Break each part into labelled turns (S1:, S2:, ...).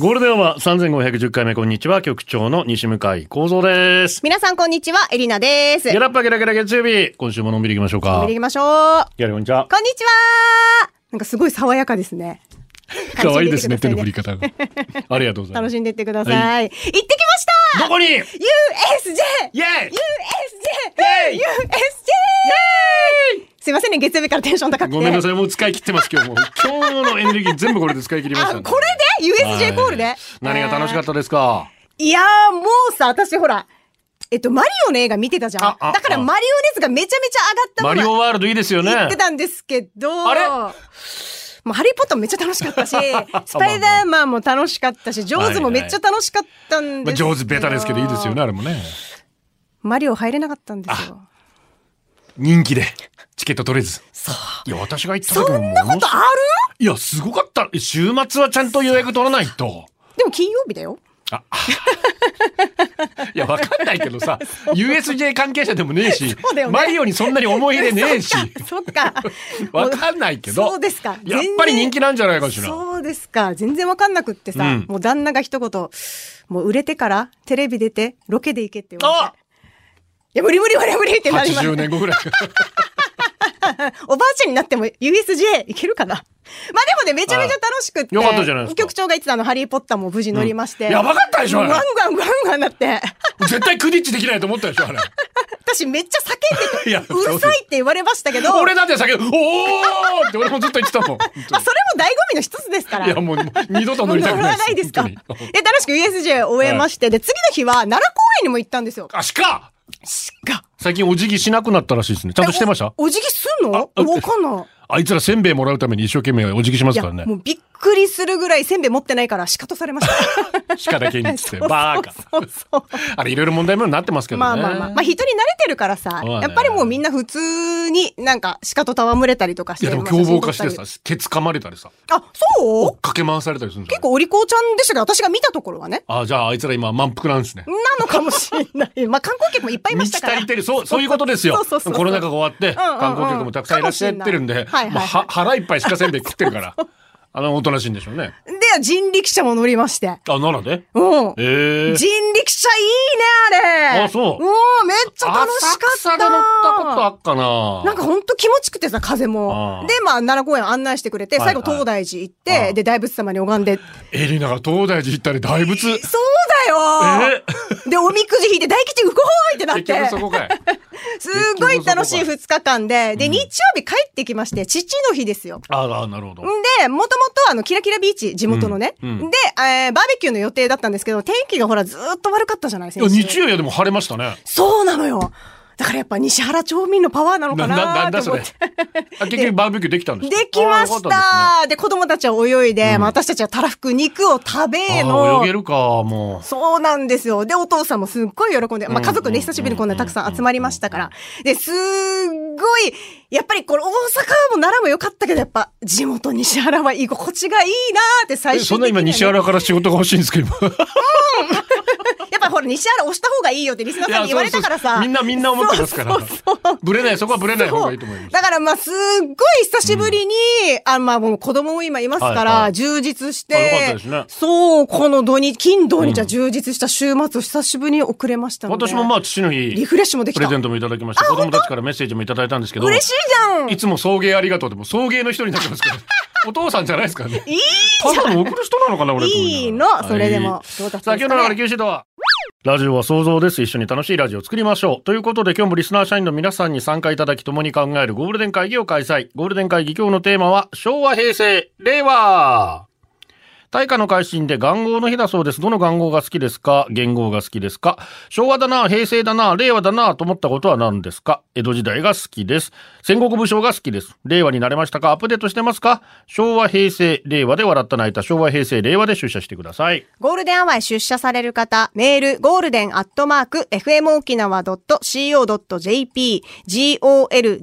S1: ゴールデンは3510回目、こんにちは。局長の西向井幸三です。
S2: 皆さんこんにちは、エリナです。
S1: ゲ
S2: や
S1: ラッパゲラゲラ月曜日。今週ものんびり行きましょうか。
S2: りましょう。こ
S1: ゲラこんにちは。
S2: んにちはなんかすごい爽やかですね。
S1: 可愛いですね、手の振り
S2: 方。
S1: 方が。 ありがとうございま
S2: 楽
S1: す。
S2: しんでいってください。
S1: は
S2: 行ってきました
S1: どこにイェイ
S2: !USJ! USJ!
S1: イェイ
S2: USJ! すいませんね、月曜日からテンション高くて。
S1: ごめんなさ
S2: い。
S1: い、もう使い切ってます、今日も。今日のエネルギー全部これで使い切りましたん
S2: あ、
S1: で。
S2: これで ?USJ コール
S1: は
S2: で
S1: い何が楽しかったですか
S2: いやー、もうさ、私ほら、えっと、マリオの映画見てたじゃん。
S1: ああ
S2: だから
S1: あ
S2: マリオ熱がめちゃめちゃ上が
S1: マ
S2: った
S1: リオワールドいいですよね
S2: 言。ってたんですけど、
S1: あれ
S2: もうハリーポッターめっちゃ楽し かったし、スパイダーマンも楽しかったし、ジョーズもめっちゃ楽しかったん
S1: ま
S2: で
S1: あ
S2: すけど。
S1: 上手ベタですけどいいですよね、。あれもね。
S2: マリオ入れなかったんですよ。
S1: 人気で。チケット取れず。いや、私が行った時も
S2: そんなことある
S1: いや、すごかった。週末はちゃんと予約取らないと。
S2: でも金曜日だよ。
S1: あ、 いや、わかんないけど さ、USJ 関係者でもねえし、
S2: そうだよね
S1: マリオにそんなに思い入れねえし、
S2: そっか。
S1: わかんないけど、
S2: そうですか。
S1: やっぱり人気なんじゃないかしら。
S2: そうですか。全然わかんなくってさ、
S1: うん
S2: もう旦那が一言、もう売れてからテレビ出てロケで行けって言われ
S1: あ
S2: て。いや、無理無理無理無理ってなりました
S1: 80年後ぐらい。
S2: おばあちゃんになっても USJ 行けるかな まあでもね、めちゃめちゃ楽しくって。
S1: あよかったじゃないですか
S2: 局長が言ってたあの、ハリーポッターも無事乗りまして。
S1: うんやばかったでしょあれ
S2: ガンガンガンガンなって。
S1: 絶対クニッチできないと思ったでしょ、あれ。
S2: 私めっちゃ叫んで
S1: いや
S2: て、うるさいって言われましたけど、
S1: 俺だって先ほど、おーって俺もずっと言ってたもん。本当
S2: まあ
S1: に
S2: それも醍醐味の一つですから。
S1: いや、もうもう二度と乗りたくない
S2: 乗らないですか。で
S1: 本、当に
S2: 楽しく USJ を終えまして、で、次の日は奈良公園にも行ったんですよ。
S1: あ、鹿
S2: が。
S1: 最近お辞儀しなくなったらしいですね。ちゃんとしてました
S2: おお辞儀すんのわ
S1: あ
S2: かんない。
S1: あいつらせんべいもらうために一生懸命お辞儀しま
S2: い
S1: す
S2: や、
S1: からね
S2: も。うびっくりするぐらいせんべい持ってないから、シカトされました。
S1: 鹿だけにっ つって、バーカ。
S2: そうそうそう。
S1: あれいろいろ問題もなってますけどね。
S2: まあまあまあ、まあ人に慣れてるからさ、
S1: そうだね
S2: やっぱりもうみんな普通になんか鹿と戯れたりとか
S1: い
S2: して。
S1: やでも
S2: まあ
S1: 凶暴化してさ
S2: 写真撮っ、
S1: ケツ噛まれたりさ、
S2: たりあ、そ
S1: 追
S2: う
S1: っかけ回されたりするんじゃ
S2: 結
S1: ない
S2: 構お利口ちゃんでしたけど、私が見たところはね。
S1: あじゃああいつら今満腹なんですね。
S2: なのかもしれない。 まあ観光客もいっぱいいま
S1: 満
S2: した
S1: ち
S2: から。
S1: 足りてる。そう、そういうことですよ。
S2: そうそうそうそう
S1: コロナ禍が終わって、
S2: んうんうん
S1: 観光客もたくさんいらっしゃってるんで、
S2: かもしんないはいはいはい
S1: まあは腹いっぱいしかせんべい食ってるから、あの、おとなしいんでしょうね。
S2: で、人力車も乗りまして。
S1: あ、奈良で
S2: うん。
S1: ええ
S2: 人力車いいね、あれ。
S1: あそう
S2: うん、めっちゃ楽しかった。
S1: 浅草で乗ったことあっかな
S2: なんかほんと気持ちくてさ、風
S1: あ
S2: も
S1: ー。
S2: で、まあ、奈良公園案内してくれて、
S1: はい
S2: 最
S1: はい
S2: 後東大寺行っ
S1: あ
S2: て、
S1: ー
S2: で、大仏様に拝んで。
S1: エリナが東大寺行ったり大仏。
S2: そうだよ
S1: え
S2: で、おみくじ引いて大吉うこーいってなっ
S1: 結局そこ
S2: て、
S1: かい。
S2: すごい楽しい
S1: 結局そこか
S2: 2日間で、で、日曜日帰ってきまして、父の日ですよ。
S1: ああ、なるほど。
S2: で、もともとあの、キラキラビーチ、地元のね。
S1: うんうん
S2: で、えーバーベキューの予定だったんですけど、天気がほら、ずーっと悪かったじゃないです
S1: いや日曜夜でも晴れましたね。
S2: そうなのよ。だからやっぱ西原町民のパワーなの
S1: な、
S2: か
S1: な、な
S2: なん
S1: だ
S2: と
S1: そ
S2: 思
S1: れ
S2: って。。
S1: あ結局バーベキューできたんですか
S2: できま
S1: あ
S2: し
S1: よかった
S2: たで子供たちは泳いで、まあ、私たちはたらふく肉を食べ
S1: ですね
S2: ー
S1: あ
S2: の
S1: ー泳げるか、もう。
S2: そうなんですよ。で、お父さんもすっごい喜んで、まあ、家族ね、久しぶりにこんなたくさん集まりましたから。で、すっごい、やっぱりこの大阪も奈良も良かったけど、やっぱ地元西原は居心地がいいなーって最
S1: え
S2: 初
S1: そんな今西原から仕事が欲しいんですけど今
S2: やっぱほら、西原押した方がいいよってリスナーさんに言われたから
S1: いやそうそうそう
S2: さ。
S1: みんなみんな思ってますから
S2: そうそうそう
S1: ブレないそこはブレない方がいいと思います
S2: だからまあ、すっごい久しぶりに、あ、まあもう子供も今いますから、
S1: はいはい
S2: 充実し
S1: あよかった
S2: て
S1: ですね、
S2: そう、この土日、金土日は充実した週末を久しぶりに遅れましたので。
S1: 私もま
S2: あ、
S1: あ父の日
S2: リフレッシュもでき
S1: プ
S2: た。
S1: レゼン
S2: 嬉
S1: トもいただきました子供たちからメッセージもいただいたんですけど
S2: しいじゃん
S1: いつも送迎ありがとうでも送迎の人になってます からお父さんじゃないですからね
S2: いい
S1: 多分送る人なのかな俺と思い
S2: いい
S1: な
S2: の
S1: がら、
S2: それでも
S1: はい
S2: どうだった
S1: さあ
S2: んです
S1: 今日の
S2: かね
S1: 流れ九州とはラジオは想像です。一緒に楽しいラジオを作りましょう。ということで今日もリスナー社員の皆さんに参加いただき共に考えるゴールデン会議を開催。ゴールデン会議今日のテーマは昭和平成令和。大化の改新で元号の日だそうです。どの元号が好きですか元号が好きですか昭和だな、平成だな、令和だな、と思ったことは何ですか江戸時代が好きです。戦国武将が好きです。令和になれましたかアップデートしてますか昭和、平成、令和で笑った泣いた、昭和、平成、令和で出社してください。
S2: ゴールデンアワーへ出社される方、メール、ゴールデンアットマーク、fmokinawa.co.jp、golden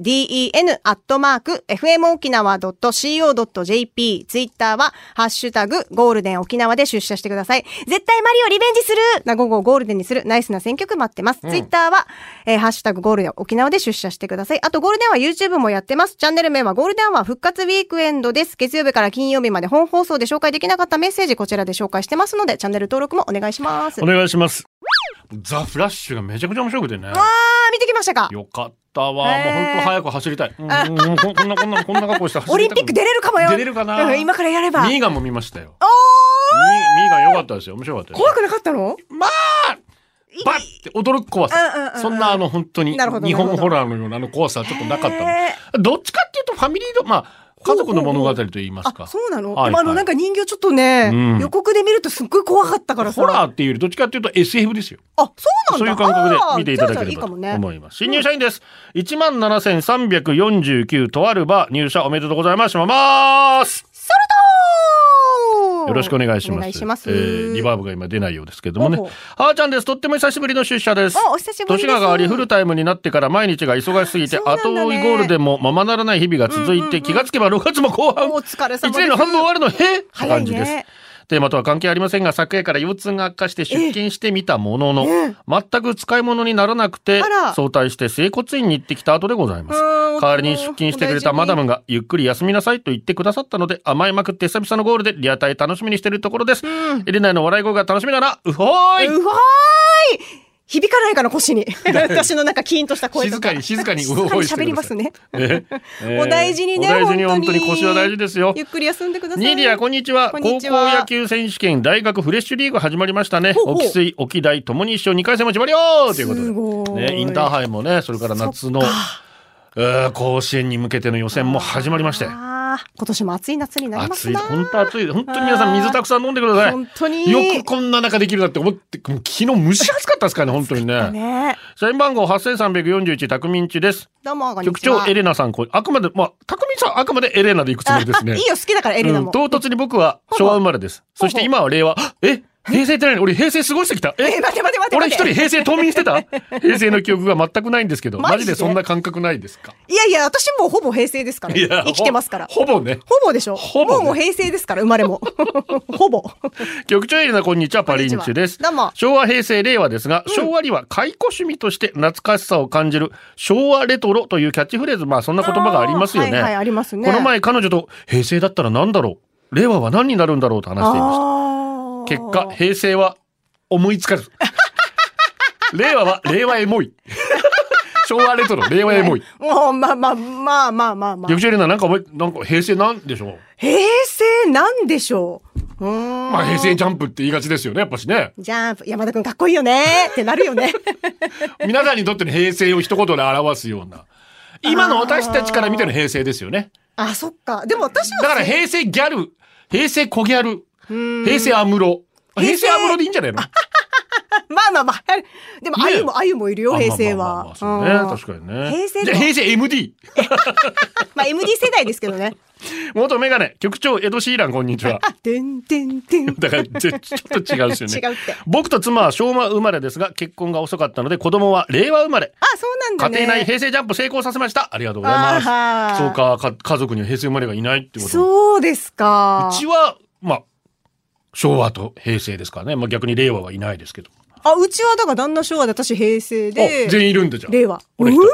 S2: アットマーク、fmokinawa.co.jp、ツイッターは、ハッシュタグ、ゴールデン沖縄で出社してください。絶対マリオリベンジするな午後をゴールデンにする、ナイスな選曲待ってます。ツイッターは、えーハッシュタグ、ゴールデン沖縄で出社してください。あと、ゴールデンは YouTube もやってます。チャンネル名はゴールデンは復活ウィークエンドです。月曜日から金曜日まで本放送で紹介できなかったメッセージ、こちらで紹介してますので、チャンネル登録もお願いします。
S1: お
S2: あ
S1: 願いします。ザ・フラッシュがめちゃくちゃ面白くてね。
S2: ー、見てきましたか
S1: よかったわ。もう本当早く走りたい。うんうんうんここんな、こんな、こんな格好して走りたく
S2: オリンピック出れるかもよ
S1: 出れるかな
S2: うん今からやれば。
S1: ミーガンも見ましたよ。
S2: おー
S1: ミミーガン良かったですよ。面白かったですよ
S2: 怖くなかったの
S1: まあバッて驚く怖
S2: うんうんうんう
S1: さ
S2: ん。
S1: そんなあの本当に
S2: なるほど
S1: 日
S2: なる
S1: 本
S2: ほ
S1: ホ
S2: ど
S1: ラーのようなあの怖さはちょっとなかったの
S2: へ
S1: どっちかっていうとファミリード、まあ家族の物語と言います
S2: あ、
S1: か。
S2: そうなの、
S1: はいはい
S2: でもあの、なんか人形ちょっとね、
S1: うん
S2: 予告で見るとすっごい怖かったからさ。
S1: ホラーっていうよりどっちかっていうと SF ですよ。
S2: あ、そうなん
S1: そ
S2: だ。
S1: ういう感覚で
S2: あー
S1: 見ていただけれ
S2: じゃ
S1: ば
S2: あじゃあいいか
S1: と
S2: もね。
S1: 思います。新入社員です。1万7349とあるば入社おめでとうございます。します。
S2: ソルト
S1: よろしくお願いします。
S2: お願いします。
S1: えーリバーブが今出ないようですけれどもね
S2: ほうほう。
S1: はーちゃんです。とっても久しぶりの出社です。
S2: おお久しぶりです
S1: 年が変わりフルタイムになってから毎日が忙しすぎて、
S2: あそうなんだ
S1: 後
S2: ね
S1: 追いゴールデンもままならない日々が続いて、気がつけば6月も後半。
S2: お疲れ様です
S1: 一年の半分終わるの、へえって
S2: 早い
S1: 感じ
S2: ね。
S1: です。テーマとは関係ありませんが、昨夜から腰痛が悪化して出勤してみたものの、全く使い物にならなくて
S2: あら、
S1: 早退して整骨院に行ってきた後でございます。
S2: うーん
S1: 代わりに出勤してくれたマダムが、ゆっくり休みなさいと言ってくださったので、甘えまくって久々のゴールでリアタイ楽しみにしてるところです。エレナへの笑い声が楽しみだな。うほ ーいう
S2: わーい響かないかな 腰に私のなんかキーンとした声と
S1: 静
S2: か
S1: かに静かに
S2: 静
S1: う
S2: か
S1: ほ
S2: に
S1: ーいしてください
S2: 喋りますね
S1: ええ
S2: お大事にね
S1: お大事に
S2: 本
S1: 本
S2: 当
S1: 当
S2: に
S1: に腰は大事ですよ
S2: ゆ。っくり休んでください
S1: ニーディア、こんにちは。
S2: こんにちは
S1: 高校野球選手権大学フレッシュリーグ始まりましたね。
S2: ほうほう
S1: 沖水、沖大ともに一勝2回戦も決まりよということで。
S2: すごい
S1: ね、インターハイもね、それから夏の、えー甲子園に向けての予選も始まりまして。
S2: あー今年も暑い夏になりま
S1: 暑
S2: す
S1: い。
S2: な
S1: 本当暑い。本当に皆さん水たくさん飲んでください。
S2: 本当に
S1: よくこんな中できるなって思って、もう昨日蒸し暑かったですからね、本当にね。
S2: ね
S1: 社員番号8341、たくみんちです。
S2: どうもこんに
S1: 局
S2: ちは
S1: 長エレナさん、こあくまで、まあ、たくみんさん、あくまでエレナでいくつもりですね。
S2: あいいよ好きだからエレナも、
S1: うん唐突に僕は昭和生まれです。
S2: ほうほう
S1: そして今は令和。あえ平成って何俺平成過ごしてきたえ
S2: え待て待て待て
S1: 俺
S2: 待
S1: 一
S2: て
S1: 人平成冬眠してた平成の記憶が全くないんですけど、
S2: マジで
S1: マジでそんな感覚ないですか
S2: いやいや私もうほぼ平成ですから
S1: いや
S2: 生きてますから
S1: ほぼね。
S2: ほぼでしょ
S1: ほぼね
S2: もうもう平成ですから生まれ もほぼ
S1: 局長エレナ、こんにちは。パリンチュです。
S2: どうも
S1: 昭和、平成、令和ですが、昭和には解雇趣味として懐かしさを感じる、昭和レトロというキャッチフレーズ、まあそんな言葉がありますよね。
S2: はいはいありますね
S1: この前彼女と、平成だったら何だろう令和は何になるんだろうと話していました。
S2: あー
S1: 結果、平成は思いつかず。 令和は令和エモい。 昭和レトロ、令和エモい。
S2: もうまあまあまあまあまあまあ
S1: 緑。茶エレナなんか覚え、なんか平成なんでしょう。
S2: 平成なんでしょう。うーん。
S1: まあ平成ジャンプって言いがちですよね、やっぱしね。
S2: ジャンプ山田くんかっこいいよねってなる よね。
S1: 皆さんにとっての平成を一言で表すような。今の私たちから見ての平成ですよね。
S2: あそっか。でも私は
S1: だから平成ギャル、平成小ギャル、平成アムロ。平
S2: 平成
S1: 成アムロでいいんじゃないの
S2: まあまあまあ。でも
S1: ね
S2: あゆもあゆもいるよ平成は。
S1: あまあまあまあまあ
S2: うん
S1: そうね、確かにね。
S2: 平成
S1: じ
S2: で
S1: ゃあ
S2: も
S1: 平成 MD。
S2: まあ MD 世代ですけどね。
S1: 元メガネ、局長、江戸シーラン、こんに ちは。
S2: あてんてんてん。
S1: だからちょちょっと違うんですよね。
S2: 違うって
S1: 僕と妻は昭和生まれですが、結婚が遅かったので、子供は令和生まれ。
S2: あそうなん
S1: 家
S2: だね。
S1: 庭内平成ジャンプ成功させました。ありがとうございます。
S2: あー
S1: そうかか、家族には平成生まれがいないってこと。う
S2: そうですか。
S1: ちは、まあ、昭和と平成ですからね。まあ逆に令和はいないですけど。
S2: あうちはだから旦那昭和で私平成で
S1: あ、。全員いるんでじゃあ。
S2: 令和。う
S1: 俺
S2: い
S1: 一人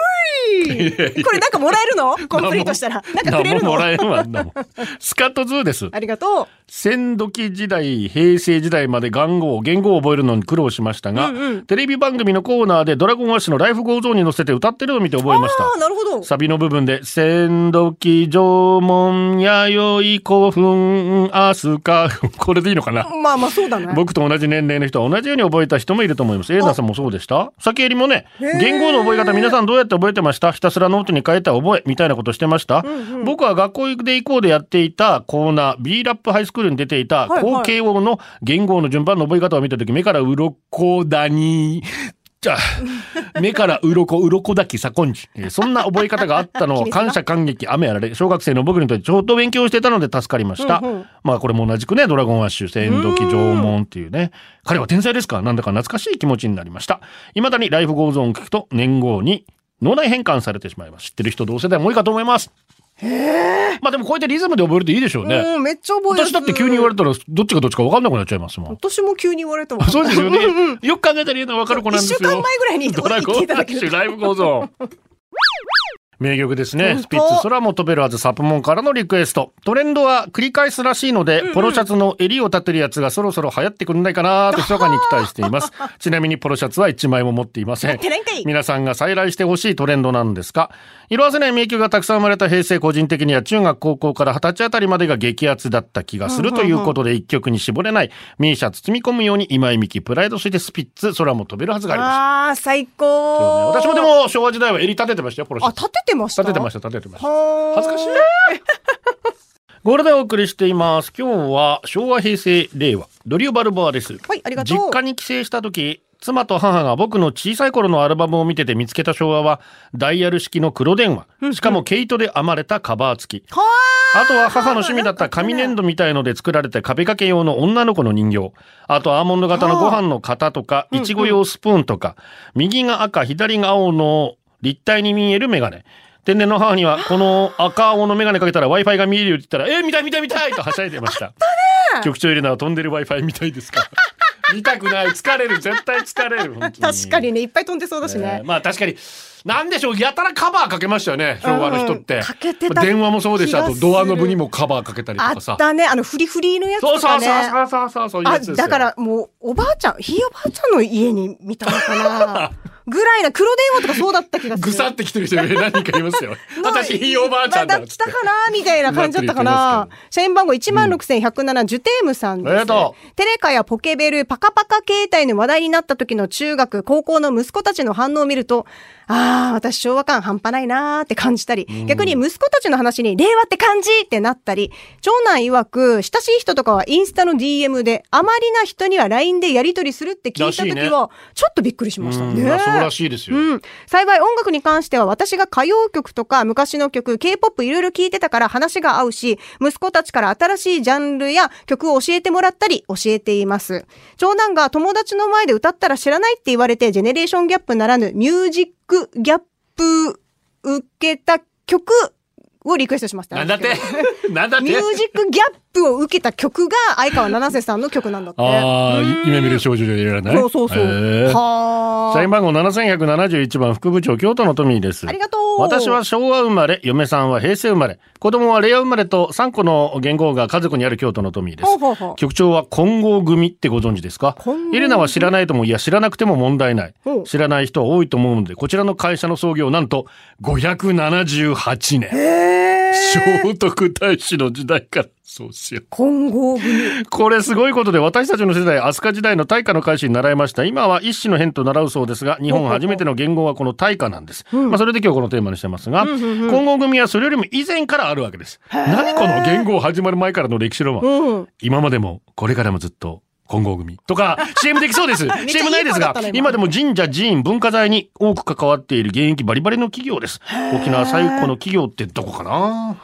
S2: これなんかもらえるのコンプリートしたら。なんかくれ
S1: 何
S2: る
S1: も
S2: の
S1: もらえんわ、あんなもん。スカットズーです。
S2: ありがとう。
S1: 戦時時代、平成時代まで元号、言語を覚えるのに苦労しましたが、テレビ番組のコーナーでドラゴンアッシュのライフゴーゾーンに乗せて歌ってるのを見て覚えまし
S2: ああー、
S1: た。
S2: なるほど。
S1: サビの部分で、戦時縄文、弥生興奮、アスカ、 これでいいのかな
S2: まあまあそうだね。
S1: 僕と同じ年齢の人は同じように覚えた人もいると思います。エーナさんもそうでした先よりもね、言語の覚え方皆さんどうやって覚えてましたひたすらノートに書いた覚えみたいなことしてました、僕は学校で行こうでやっていたコーナー B ラップハイスクールに出ていた
S2: はいはい
S1: 後継王の言語の順番の覚え方を見た時目から鱗だにじゃあ目から鱗鱗だきさこんじえーそんな覚え方があったのを
S2: 厳しいな
S1: 感謝感激雨あられ小学生の僕にとってちょっと勉強してたので助かりました、
S2: うんうん
S1: まあこれも同じくねドラゴンアッシュ千時縄文っていうね彼は天才ですからなんだか懐かしい気持ちになりましたいまだにライフゴーズオンを聞くと年号に脳内変換されてしまいます知ってる人同世代も多いかと思いますまあでもこうやってリズムで覚えるといいでしょうね、
S2: うん、めっちゃ覚えや
S1: 私
S2: すい
S1: だって急に言われたらどっちがどっちか分かんなくなっちゃいますもん
S2: 私も急に言われたわ。
S1: そうですよね
S2: んうん。
S1: よく考えたら言うの分かる子なんですよ。
S2: 一週間前ぐらいに言って
S1: ドラゴン
S2: 言っていた
S1: ラ
S2: だ
S1: ッ
S2: け
S1: シ
S2: る
S1: ュライブ構 造。名曲ですね。
S2: 本当
S1: スピッツ、空も飛べるはず、サプモンからのリクエスト。トレンドは繰り返すらしいので、ポロシャツの襟を立てるやつがそろそろ流行ってくんないかなと、密かに期待してい ます。ちなみにポロシャツは1枚も持っていません
S2: 持ってないんかい。
S1: 皆さんが再来してほしいトレンドなんですが、色褪せない名曲がたくさん生まれた平成個人的には中学高校から二十歳あたりまでが激アツだった気がするということで、一曲に絞れない、ミーシャ包み込むように今井美樹、プライド、そしてスピッツ、空も飛べるはずがありました。
S2: ああ、最高。
S1: 私もで。も昭和時代は襟立ててましたよ、ポロシ
S2: あ、
S1: ャツ。
S2: 立ててました。。
S1: 立ててましたた、立ててました。
S2: は
S1: 恥ずかしい。 ゴールデンをお送りしています。今日は昭和、平成、令和、ドリューバルボアです。
S2: はいありがとう
S1: 実家に帰省した時、妻と母が僕の小さい頃のアルバムを見てて見つけた昭和は、ダイヤル式の黒電話、しかも毛糸で編まれたカバー付き。
S2: は
S1: あとは母の趣味だった紙粘土みたいので作られて壁掛け用の女の子の人形。あとアーモンド型のご飯の型とか、いちご用スプーンとか、右が赤、左が青の立体に見えるメガネ。天然の母には、この赤青のメガネかけたら Wi-Fi が見えるよって言ったら、えー、見たい見たい見たいとはしゃいでました。局長いるなら飛んでる Wi-Fi 見たいです か見たくない。疲れる。絶対疲れる。本当
S2: 確かにね、いっぱい飛んでそうだし
S1: え
S2: ね
S1: ー。まあ確かに、なんでしょう、やたらカバーかけましたよね、昭和の人って。
S2: うんうんかけてた
S1: 電話もそうでした。あと
S2: 気がする
S1: ドアノブにもカバーかけたりと
S2: あ
S1: かさ
S2: っ。たね、あのフリフリのやつ
S1: そう
S2: と
S1: そ
S2: か
S1: う
S2: ね。
S1: そうそうそうそう、そういうやつ
S2: あ、
S1: ですよ
S2: だからもう、おばあちゃん、ひいおばあちゃんの家に見たのか なぐらいな、黒電話とかそうだった気がする。
S1: ぐさってきてる 人に何かいますよ。 私、ひいおばあちゃんだっ
S2: だっ
S1: つったて
S2: か。なみたいな感じだったかな社員番号16,107、ジュテームさんです。
S1: ありがと
S2: テレカやポケベル、パカパカ携帯の話題になった時の中学、高校の息子たちの反応を見ると、ああ、私昭和感半端ないなーって感じたり、逆に息子たちの話に令和って感じってなったり、長男曰く、親しい人とかはインスタの DM で、あまりな人には LINE でやり取りするって聞いた
S1: らしいね
S2: 時は、ちょっとびっくりしました
S1: うん
S2: ね。
S1: まあそうらしいですよ。
S2: うん。幸い音楽に関しては私が歌謡曲とか昔の曲、K-POP いろいろ聞いてたから話が合うし、息子たちから新しいジャンルや曲を教えてもらったり教えています。長男が友達の前で歌ったら知らないって言われて、ジェネレーションギャップならぬミュージックギャップ受けた曲をリクエストしました。
S1: なんだってなんだって
S2: ミュージックギャップを受けた曲が相川七瀬さんの曲なんだって。
S1: ああ、夢見る少女じゃいられない。
S2: そうそうそう。
S1: へー
S2: は
S1: 社員
S2: あ。
S1: 番号7171番副部長京都のトミーです
S2: ありがとう
S1: 私は昭和生まれ嫁さんは平成生まれ子供は令和生まれと3個の元号が家族にある京都のトミーです
S2: ほうほうほう
S1: 局長は混合組ってご存知ですか
S2: 混合組
S1: エレナは知らないともいや知らなくても問題ない
S2: ほう
S1: 知らない人は多いと思うのでこちらの会社の創業なんと578年聖徳太子の時代からそうですよ
S2: 混合組。
S1: これすごいことで私たちの世代飛鳥時代の大化の開始に習いました今は一種の変と習うそうですが日本初めての言語はこの大化なんです、まあ、それで今日このテーマにしてますが、混合組はそれよりも以前からあるわけです何この言語始まる前からの歴史ロマン、
S2: うん。
S1: 今までもこれからもずっと混合組と か CM できそうです
S2: っちゃ
S1: CM ないです
S2: いい
S1: が
S2: 子だったね今
S1: 今でも神社寺院文化財に多く関わっている現役バリバリの企業です沖縄最古の企業ってどこかな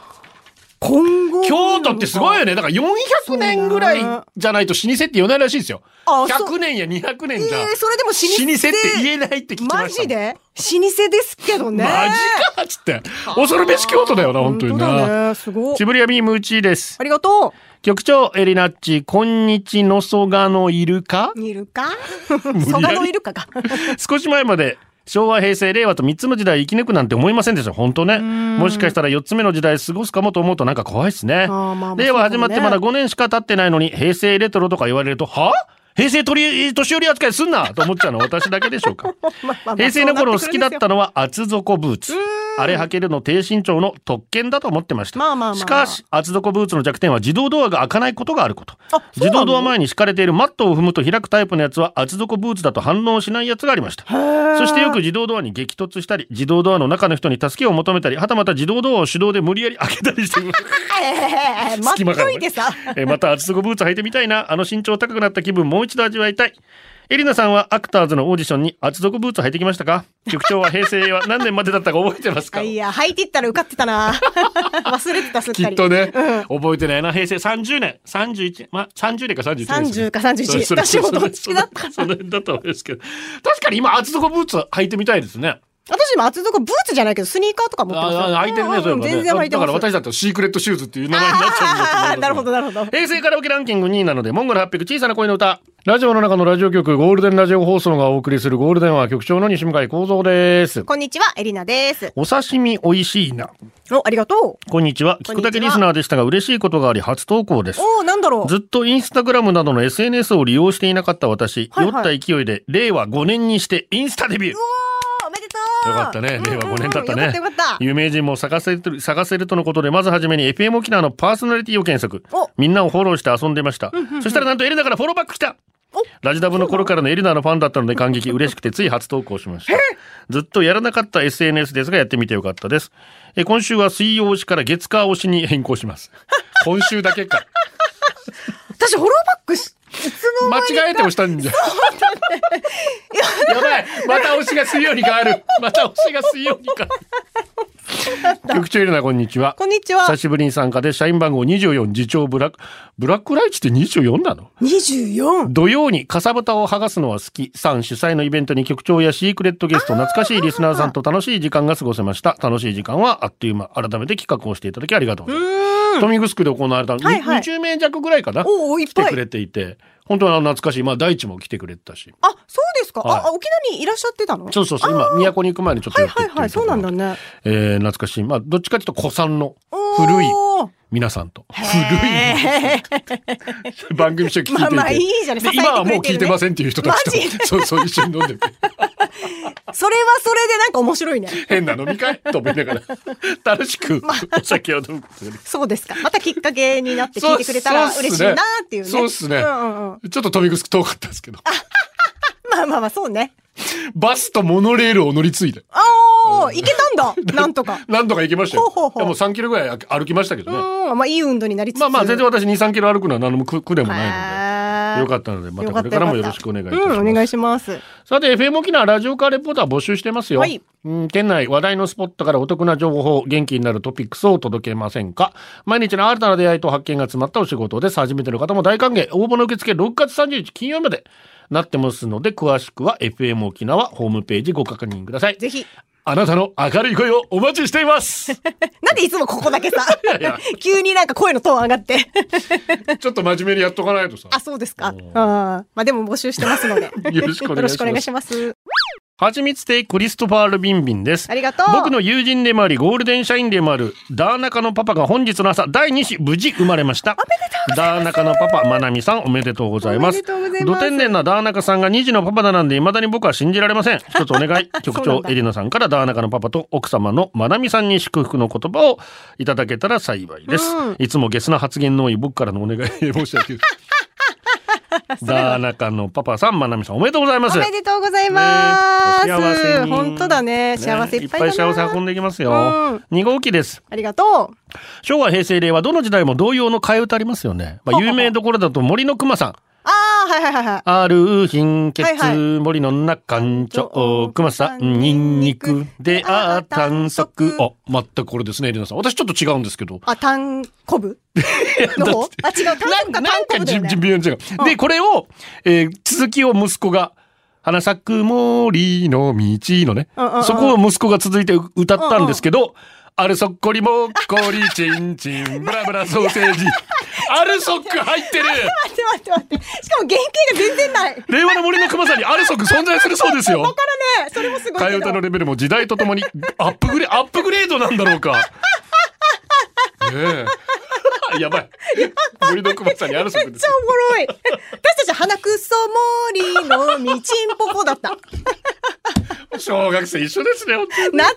S2: 今後。
S1: 京都ってすごいよね。だから400年ぐらいじゃないと老舗って言わないらしいですよ。
S2: あそう
S1: 100年や200
S2: え
S1: 年じゃ。
S2: ー、それでも老舗。
S1: 老舗って言えないって聞きましたもん。
S2: マジで老舗ですけどね。
S1: マジかっつって。恐るべし京都だよな、本当に
S2: 本当
S1: な。
S2: だね。すごい
S1: チ。ブリアビームーチーです。
S2: ありがと
S1: 局長、エリナッチ、こんにちのそがのイルカ
S2: う。いる か
S1: 理やり
S2: 蘇我のい るかが。
S1: 少し前まで昭和、平成、令和と3つの時代生き抜くなんて思いませんでした。本当ね。もしかしたら4つ目の時代過ごすかもと思うとなんか怖いですね
S2: あーまあまあ。
S1: 令和始まってまだ
S2: そうか
S1: 5年しか経ってないのに、平成レトロとか言われると、は平成取り、年寄り扱いすんなと思っちゃうのは私だけでしょうか。
S2: まあまあまあ
S1: 平成の頃好きだっ。
S2: そうなってくるんです
S1: たのは厚底ブーツ。あれ履けるの低身長の特権だと思ってました。
S2: まあまあまあ
S1: しかし、厚底ブーツの弱点は自動ドアが開かないことがあること。
S2: あそう
S1: 自
S2: なの
S1: 動ドア前に敷かれているマットを踏むと開くタイプのやつは厚底ブーツだと反応しないやつがありました。そしてよく自動ドアに激突したり、自動ドアの中の人に助けを求めたり、はたまた自動ドアを手動で無理やり開けたり しています。
S2: えー、待
S1: 隙間
S2: っ
S1: から
S2: と
S1: ね
S2: いてさ。
S1: えーまた厚底ブーツ履いてみたいなあの身長高くなった気分もう一度味わいたいエリナさんはアクターズのオーディションに厚底ブーツ履いてきましたか局長は平成は何年までだったか覚えてますか
S2: あいや、履いていったら受かってた な。忘れてた、すっ
S1: き
S2: か
S1: っ
S2: り。
S1: とね、覚えてないな平成30年31まあ30年か31年ですね、
S2: 30か31
S1: そうそれ
S2: 私もどっちだっ
S1: それその辺だったわけですけど確かに今厚底ブーツ履いてみたいですね
S2: 私今厚底ブーツじゃないけど、スニーカーとか持ってますよ。
S1: ああ履いてるね
S2: うん
S1: そういえばね
S2: 全然履い
S1: だ
S2: てま
S1: から
S2: す。
S1: 私だとシークレットシューズっていう名前になっちゃうんですけ
S2: あーなるほど、なるほど。
S1: 平成カラオケランキング2位なので、モンゴル800小さな声の歌。ラジオの中のラジオ局、ゴールデンラジオ放送がお送りするゴールデンは局長の西向井幸三です。
S2: こんにちは、エリナです。
S1: お刺身美味しいな。
S2: お、ありがとう。
S1: こんにちは。聞くだけリスナーでしたが、嬉しいことがあり、初投稿です。
S2: おー、なんだろう。
S1: ずっとインスタグラムなどの SNS を利用していなかった私、
S2: はいはい
S1: 酔った勢いで、令和5年にしてインスタデビュー。
S2: おーおめでとう
S1: よかったね。令和5年だったね。
S2: うんうんよかったよかった。
S1: 有名人も探せる、探せるとのことで、まずはじめに FM 沖縄のパーソナリティを検索
S2: お。
S1: みんなをフォローして遊んでました。そしたらなんとエリナからフォローバック来た
S2: お
S1: ラジダブの頃からのエリナのファンだったので感激嬉しくてつい初投稿しました。ずっとやらなかった SNS ですがやってみてよかったです。え今週は水曜推しから月火推しに変更し ます。今週だけか。
S2: 私、フォローバックし、いつの
S1: 間違えて押したんじゃん。やばい。また押しが水曜に変わる。また押しが水曜に変わる。局長エレナこんにちは。
S2: こんにちは
S1: 久。しぶりに参加で社員番号24次長ブラック、ブラックライチって24なの
S2: 24。
S1: 土曜にかさぶたを剥がすのは好きさん主催のイベントに局長やシークレットゲスト懐かしいリスナーさんと楽しい時間が過ごせました楽しい時間はあっという間改めて企画をしていただきありがとうございますトミグスクで行われた、
S2: はいはい
S1: 20名弱ぐらいかな
S2: おーおーいっ
S1: 来て
S2: ぱい
S1: くれていて本当はあの懐かしいまあ大地も来てくれてたし
S2: あ、そうですか。
S1: はい
S2: あ、あ沖縄にいらっしゃってたの
S1: そうそうそう今都に行く前にちょっと
S2: はい
S1: 寄ってって
S2: はいいはい、そうなんだね。
S1: えー懐かしいまあどっちかというと古参の
S2: おー
S1: 古い皆さんと古い 番組書聞いていて、
S2: まあまあいいじゃない
S1: で
S2: 支えてくれてるね
S1: 今はもう聞いてませんっていう人たちと
S2: マジ
S1: そうそう一緒に飲んでて
S2: それはそれでなんか面白いね。
S1: 変な飲み会と思いな がら楽しくお酒を飲むことができ
S2: そうですか。またきっかけになって聞いてくれたら
S1: そう
S2: 嬉しいなっていうね。
S1: そうっすね
S2: んうんうん
S1: るちょっと飛びく遠かったんですけど
S2: まあまあまあ、そうね。
S1: バスとモノレールを乗り継いで
S2: ああ、いけたんだ。なんと か。
S1: 何度か行きましたよ
S2: ほうほうほう
S1: いやもう3キロぐらい歩きましたけどね、
S2: うん、まあいい運動になりつつ。
S1: まあまあ全然私23キロ歩くのは何も苦苦でもないので。
S2: へー
S1: よかったのでまたこれからもよろしくお願いいたし
S2: よか
S1: ま
S2: った
S1: す
S2: よかったうん、お願いします。
S1: さて、FM 沖縄ラジオカーレポーター募集してますよ。
S2: はい
S1: うん、県内話題のスポットからお得な情報、元気になるトピックスを届けませんか毎日の新たな出会いと発見が詰まったお仕事です。初めての方も大歓迎。応募の受付6月30日金曜日までなってますので、詳しくは FM 沖縄ホームページご確認ください。
S2: ぜひ。
S1: あなたの明るい声をお待ちしています
S2: なんでいつもここだけさ
S1: いや、
S2: 急になんか声のトーン上がって。
S1: ちょっと真面目にやっとかないとさ
S2: あ、そうですか。うん。まあでも募集してますので。
S1: よろしくお願いします
S2: よろしくお願いします。
S1: はちみつ亭クリストファール・ビンビンです
S2: あ。りがとう。
S1: 僕の友人でもありゴールデン社員でもあるダーナカのパパが本日の朝第2子無事生まれましたダーナカのパパまなみさんおめでとうございます
S2: おめでとうござい
S1: ド
S2: ます
S1: 天然なダーナカさんが2児のパパだなんで未だに僕は信じられま せん一つお願い局
S2: そうな
S1: 長
S2: んだ
S1: エリナさんからダーナカのパパと奥様のまなみさんに祝福の言葉をいただけたら幸いです、
S2: うん
S1: いつもゲスな発言の多い僕からのお願い申し訳ない ダーナカのパパさんまなみさんおめでとうございます
S2: おめでとうございます。
S1: ねお幸せに
S2: 本当だね。幸せいっぱいだな。
S1: 幸せ運んでいきますよ。
S2: うん
S1: 2号機です。
S2: ありがとう。
S1: 昭和、平成、令和、どの時代も同様の替え歌ありますよね。まあ、
S2: ほうほ
S1: 有
S2: う
S1: 名どころだと森の熊さん。
S2: ああ、はいはいはいはい。
S1: ある貧血、
S2: はいは
S1: 森の中んちょ、熊さん、ニンニク、で、あー、短足。あ、全くこれですね、エリナさん。私ちょっと違うんですけど。
S2: あ、タンコブの方あ、違う、タンコブか、タンコブだよね。
S1: じ微妙に違う。で、これを、えー続きを息子が、花咲く森の道のね
S2: うんうんう、ん
S1: そこを息子が続いて歌ったんですけど、あるそっこりもっこりちんち ん、ブラブラソーセージ。あるそっく入ってる
S2: 待って待って待って。しかも原型が全然ない。だか
S1: 令和の森の熊さんにあるそく替存在するそうです よ。
S2: らね、それもすごい
S1: 替え
S2: け
S1: 歌の
S2: ど。
S1: レベルも時代とともにアップグレ、アップグレードなんだろうか。ね え。やばい。森の熊さんにあるそ
S2: め
S1: く
S2: っ
S1: で
S2: ち
S1: す
S2: ゃ。おもろ い。 私たち鼻くそ森のみちんぽこだった。
S1: 小学生一緒ですね、本当に
S2: 夏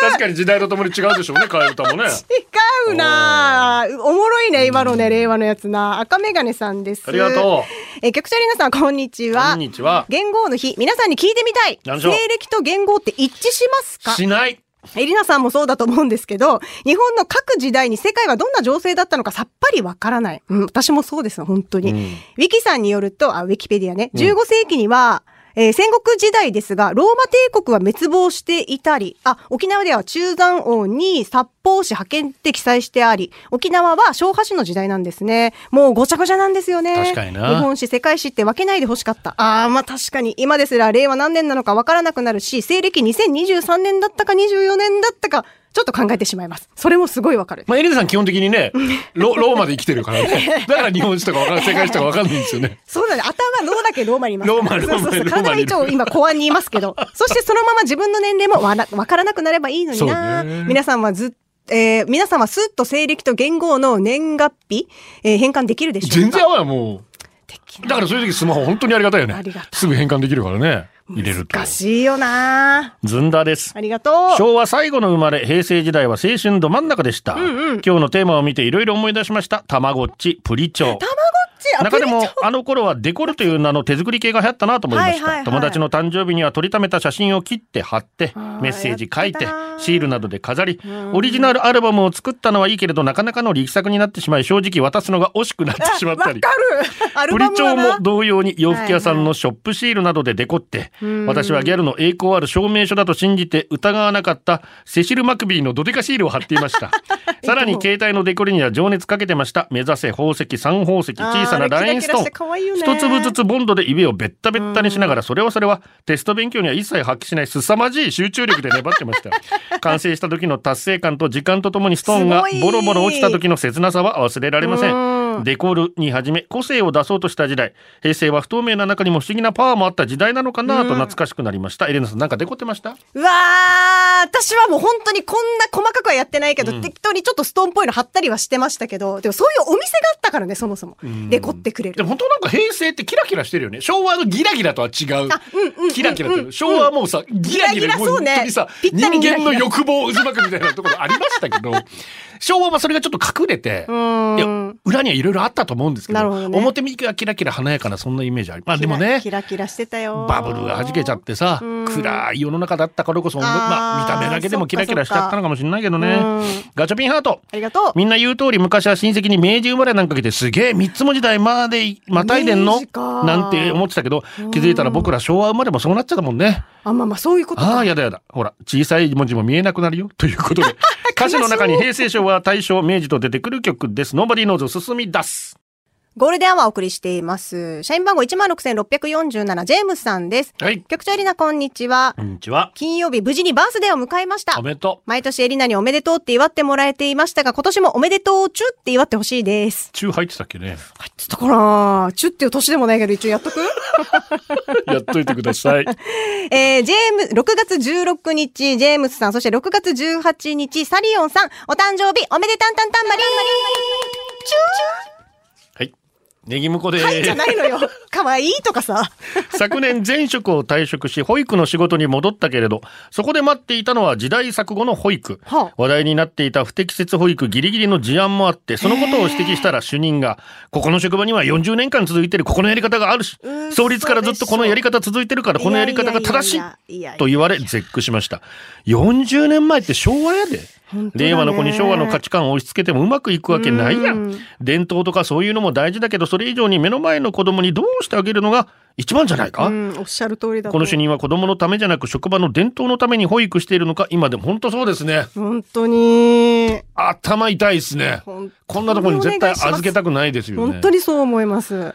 S1: 確かに時代とともに違うでしょうね、替え歌も ね。
S2: 違うなおもろいね、今のね、令和のやつな。赤メガネさんです。
S1: ありがと
S2: う。えー、局長皆さん、こんにちは。
S1: こんにちは
S2: 元号の日、皆さんに聞いてみたい。
S1: なんでしょう
S2: 西暦と元号って一致しますか
S1: しない。
S2: エリナさんもそうだと思うんですけど、日本の各時代に世界はどんな情勢だったのかさっぱりわからない。うん、私もそうです、本当に。
S1: うん
S2: ウィキさんによると、あ、ウィキペディアね、15世紀には、えー戦国時代ですが、ローマ帝国は滅亡していたり、あ、沖縄では中山王に札幌市派遣って記載してあり、沖縄は昭和史の時代なんですね。もうごちゃごちゃなんですよね。
S1: 確かにな
S2: 日本史、世界史って分けないでほしかった。ああ、まあ確かに。今ですら令和何年なのか分からなくなるし、西暦2023年だったか24年だったか、ちょっと考えてしまいます。それもすごい分かる。
S1: まあ、エリナさん基本的に ね、ロローマで生きてるからね。だから日本史とかわかん世界史とかわかんないんですよ ね。
S2: そうだね。頭脳だけローマにいますから。
S1: ローマローマ
S2: そうそうそう
S1: ローマに
S2: 体は一応今公安にいます けど。そしてそのまま自分の年齢もわら分からなくなればいいのにな。
S1: そうね
S2: 皆さんはずっと。えー皆さんはスッと西暦と元号の年月日、えー変換できるでしょうか
S1: 全然合わない、も
S2: でき
S1: う。
S2: ない
S1: だからそういう時スマホ本当にありがたいよね。
S2: ありがたい
S1: すぐ変換できるからね。入れると。
S2: 難しいよな
S1: ずんだです。
S2: ありがとう。
S1: 昭和最後の生まれ平成時代は青春ど真ん中でした、今日のテーマを見ていろいろ思い出しましたたまごっちプリチョ中でもあの頃はデコルという名の手作り系が流行ったなと思いました、
S2: はいはいはい
S1: 友達の誕生日には撮りためた写真を切って貼って
S2: あー
S1: メッセージ書いて
S2: やってた
S1: シールなどで飾り
S2: ん
S1: オリジナルアルバムを作ったのはいいけれどなかなかの力作になってしまい正直渡すのが惜しくなってしまったり
S2: わかる。アル
S1: プ
S2: バ
S1: リ
S2: ム
S1: チ
S2: は
S1: ョ
S2: な
S1: も同様に洋服屋さんのショップシールなどでデコって、
S2: ん
S1: 私はギャルの栄光ある証明書だと信じて疑わなかったセシル・マクビーのドデカシールを貼っていました さらに携帯のデコリには情熱かけてました目指せ宝石3宝石
S2: あー
S1: 小さなラインストー
S2: キラキラして可愛いよ
S1: ン
S2: ね
S1: 一粒ずつボンドで指をベッタベッタにしながらそれはそれはテスト勉強には一切発揮しない凄まじい集中力で粘ってました 完成した時の達成感と時間とともにストーンが
S2: すごい
S1: ボロボロ落ちた時の切なさは忘れられません
S2: うん
S1: デコールに始め個性を出そうとした時代平成は不透明な中にも不思議なパワーもあった時代なのかなと懐かしくなりました、エレナさんなんかデコってました
S2: うわー、私はもう本当にこんな細かくはやってないけど、適当にちょっとストーンっぽいの貼ったりはしてましたけど、でもそういうお店があったからね、そもそも。デコってくれ
S1: で
S2: る。
S1: も本当なんか平成ってキラキラしてるよね昭和のギラギラとは違うキラキラってる昭和はもうさギラギ
S2: ギラ
S1: ラ
S2: ギラ
S1: もう
S2: そうね
S1: 本当にさ
S2: ぴったりギ
S1: 人
S2: ラ
S1: 間
S2: ギラ
S1: の欲望を渦巻くみたいなところありました けど昭和はそれがちょっと隠れていや裏にはいろいろあったと思うんですけど
S2: なるほどね
S1: 表向きはキラキラ華やかなそんなイメージありまあでもね
S2: キラキラしてたよ。
S1: バブルが弾けちゃってさ
S2: うん
S1: 暗い世の中だったからこそ
S2: あー
S1: まあ、見た目だけでもキラキラしちゃったのかもしれないけどね
S2: そっかそっか
S1: ガチャピンハート
S2: ありがとう。
S1: みんな言う通り昔は親戚に明治生まれなんかけてすげえ三つ文字台までいまたいでんの
S2: 明治か
S1: なんて思ってたけど気づいたら僕ら昭和生まれもそうなっちゃったもんね。
S2: あ、まあまあ、そういうこと
S1: あ
S2: か。
S1: あ、やだやだ。ほら、小さい文字も見えなくなるよ。という ことで、歌詞の中に平成昭和、大正、明治と出てくる曲です。Nobody knows 進み出す。
S2: ゴールデンアワーお送りしています。社員番号16,647、ジェームスさんです。
S1: はい。
S2: 局長エリナ、こんにちは
S1: こ。んにちは。
S2: 金曜日、無事にバースデーを迎えました
S1: お。めでとう。
S2: 毎年エリナにおめでとうって祝ってもらえていましたが、今年もおめでとうチュって祝ってほしいです。
S1: 中入ってたっけね。
S2: 入ってたから、チュっていう年でもないけど一応やっとく
S1: やっといてください。
S2: えー、ジェーム、6月16日、ジェームスさん、そして6月18日、サリオンさん、お誕生日、おめでたんたんたんまりんまりんまりチ
S1: はい。ネギムコで
S2: ューはい、じゃな いのよ。かわいいとかさ。
S1: 昨年前職を退職し保育の仕事に戻ったけれどそこで待っていたのは時代錯誤の保育、
S2: はあ
S1: 話題になっていた不適切保育ギリギリの事案もあってそのことを指摘したら主任が、ここの職場には40年間続いてるここのやり方があるし
S2: うん
S1: 創立からずっとこのやり方続いてるからこのやり方が正しい
S2: いやいやいやいやいや
S1: と言われ絶句しました40年前って昭和やで
S2: 本当だね
S1: 令和の子に昭和の価値観を押し付けてもうまくいくわけないやん伝統とかそういうのも大事だけどそれ以上に目の前の子供にどうしてあげるのが一番じゃないか、
S2: うん、おっしゃる通りだと
S1: この主任は子供のためじゃなく職場の伝統のために保育しているのか今でも本当そうですね
S2: 本当に、
S1: 頭痛いですね
S2: 本当に
S1: こんなところに絶対預けたくないですよね
S2: 本当にそう思います。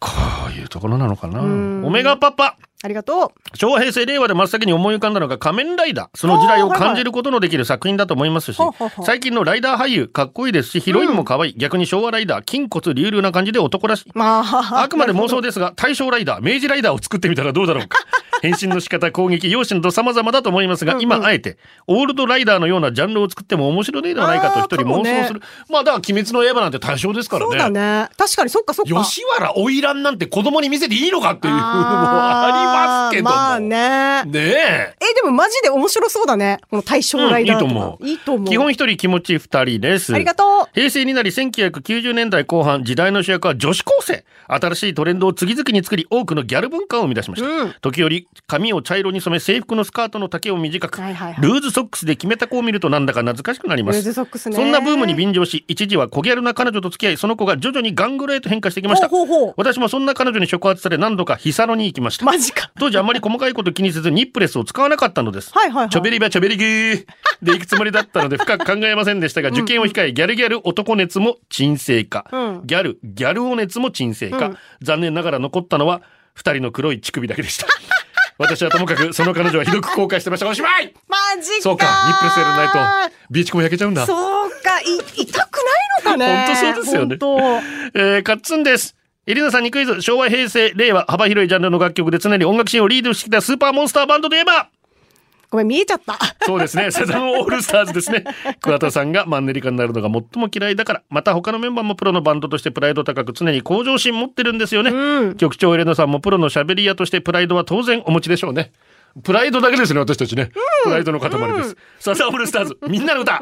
S1: こういうところなのかな
S2: うん
S1: オメガパパ
S2: ありがと
S1: 昭和平成令和で真っ先に思い浮かんだのが仮面ライダーその時代を感じることのできる作品だと思いますし
S2: ほうほうほう。
S1: 最近のライダー俳優かっこいいですしヒロインも可愛い逆に昭和ライダー筋骨隆々な感じで男らしいう
S2: まあ、
S1: あくまで妄想ですが、大正ライダー、明治ライダーを作ってみたらどうだろうか。変身の仕方、攻撃、容姿など様々だと思いますが、今、あえて、オールドライダーのようなジャンルを作っても面白いのではないかと一人妄想する。まあ、だから、鬼滅の刃なんて多少ですから
S2: そうだ
S1: ね。
S2: ね。確かに、そっかそっか。
S1: 吉原花魁なんて子供に見せていいのかっていうのもあ
S2: あ
S1: ります
S2: ー
S1: けども。
S2: まあね。
S1: ねえ。
S2: え、でもマジで面白そうだね。この対象ライダーとか、
S1: うん
S2: いいと思う。
S1: 基本一人気持ち二人です。
S2: ありがとう。
S1: 平成になり1990年代後半時代の主役は女子高生新しいトレンドを次々に作り多くのギャル文化を生み出しました、
S2: うん
S1: 時折髪を茶色に染め制服のスカートの丈を短く、
S2: はいはいはい
S1: ルーズソックスで決めた子を見るとなんだか懐かしくなります
S2: ルーズソックスね
S1: そんなブームに便乗し一時は小ギャルな彼女と付き合いその子が徐々にガングロへと変化してきました
S2: ほうほうほう
S1: 私もそんな彼女に触発され何度かヒサロに行きました
S2: マジか。
S1: 当時あまり細かいこと気にせずニップレスを使わなかったのです。
S2: はいはいは い
S1: ちょべりばちょべりぎーで行くつもりだったので深く考えませんでしたが、受験を控え、ギャルギャル男熱も沈静化。
S2: うん
S1: ギャル、ギャル男熱も沈静化。残念ながら残ったのは二人の黒い乳首だけでした。 私はともかくその彼女はひどく後悔してました。おしまい
S2: マジか。
S1: そうか、ニップレスやらないと、ビーチコも焼けちゃうんだ。
S2: そうか、い、痛くないのかね。
S1: 本当そうですよね
S2: 本
S1: えー、カッツンです。エリナさんにクイズ、昭和、平成、令和、幅広いジャンルの楽曲で常に音楽シーンをリードしてきたスーパーモンスターバンドといえば
S2: 当。ごめん、見えちゃった。
S1: そうですね。セザンオールスターズですね。桑田さんがマンネリ化になるのが最も嫌いだから、また他のメンバーもプロのバンドとしてプライド高く常に向上心持ってるんですよね。局長エレナさんもプロの喋り屋としてプライドは当然お持ちでしょうね。プライドだけですね、私たちね。プライドの塊です。サザンオールスターズ、みんなの歌。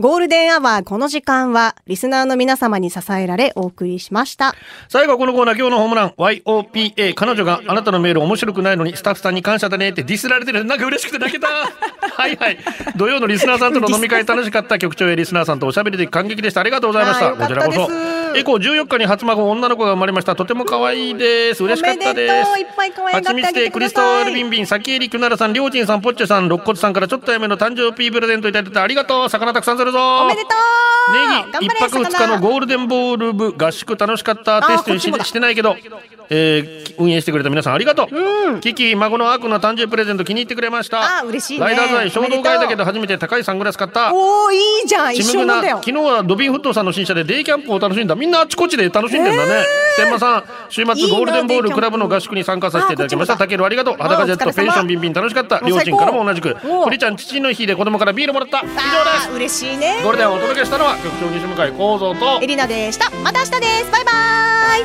S2: ゴールデンアワー、この時間は、リスナーの皆様に支えられ、お送りしました。
S1: 最後はこのコーナー、今日のホームラン、YOPA。彼女があなたのメール面白くないのに、スタッフさんに感謝だねってディスられてる。なんか嬉しくて泣けた。 はいはい。土曜のリスナーさんとの飲み会楽しかった局長やリスナーさんとおしゃべりで感激でした。ありがとうございました。
S2: あーよかった
S1: こ
S2: です
S1: ちらこそ。エコー14日に初孫女の子が生まれました。とても可愛いです。嬉しかったです。
S2: おめでとういっぱい可愛がってあげてくだ
S1: 蜂
S2: さい
S1: 蜜亭クリストアルビンビン、サキエリ、キュナラさん、りょうちんさん、ポッチョさん、肋骨さんからちょっとやめの誕生日プレゼントいただいてありがとう。魚たくさんするぞ。
S2: おめでとう
S1: ネギ一泊二日のゴールデンボール部合宿楽しかったテスト
S2: こっちも
S1: し
S2: だ
S1: してないけど、えー運営してくれた皆さんありがとう、キキ孫のアークの誕生日プレゼント気に入ってくれました
S2: あー嬉しいね
S1: ライダーズ愛衝動買いだけ
S2: おめ
S1: ど
S2: でと
S1: 初めて高いサングラス買った
S2: おー、いいじゃん、一
S1: ちむ
S2: 緒
S1: ぐな
S2: なんだよ
S1: 昨。日はドビンフットさんの新車でデイキャンプを楽しんだみんなあちこちで楽しんでんだね、天満さん週末
S2: いいな
S1: ゴールデンボー
S2: デイキャ
S1: ル
S2: ンプ
S1: クラブの合宿に参加させていただきました
S2: あこ
S1: た
S2: っちもだ
S1: けるありがとう裸ジェッ
S2: あ
S1: ト
S2: お疲れ
S1: ペ
S2: 様
S1: ンションビンビン楽しかった
S2: もう
S1: りょうちんからも同じく
S2: 最高おう
S1: プリちゃん父の日で子供からビールもらった以上です
S2: あー嬉しいね。
S1: ゴールデンをお届けしたのは局長西向井光三と
S2: エリナでした。また明日です。バイバイ。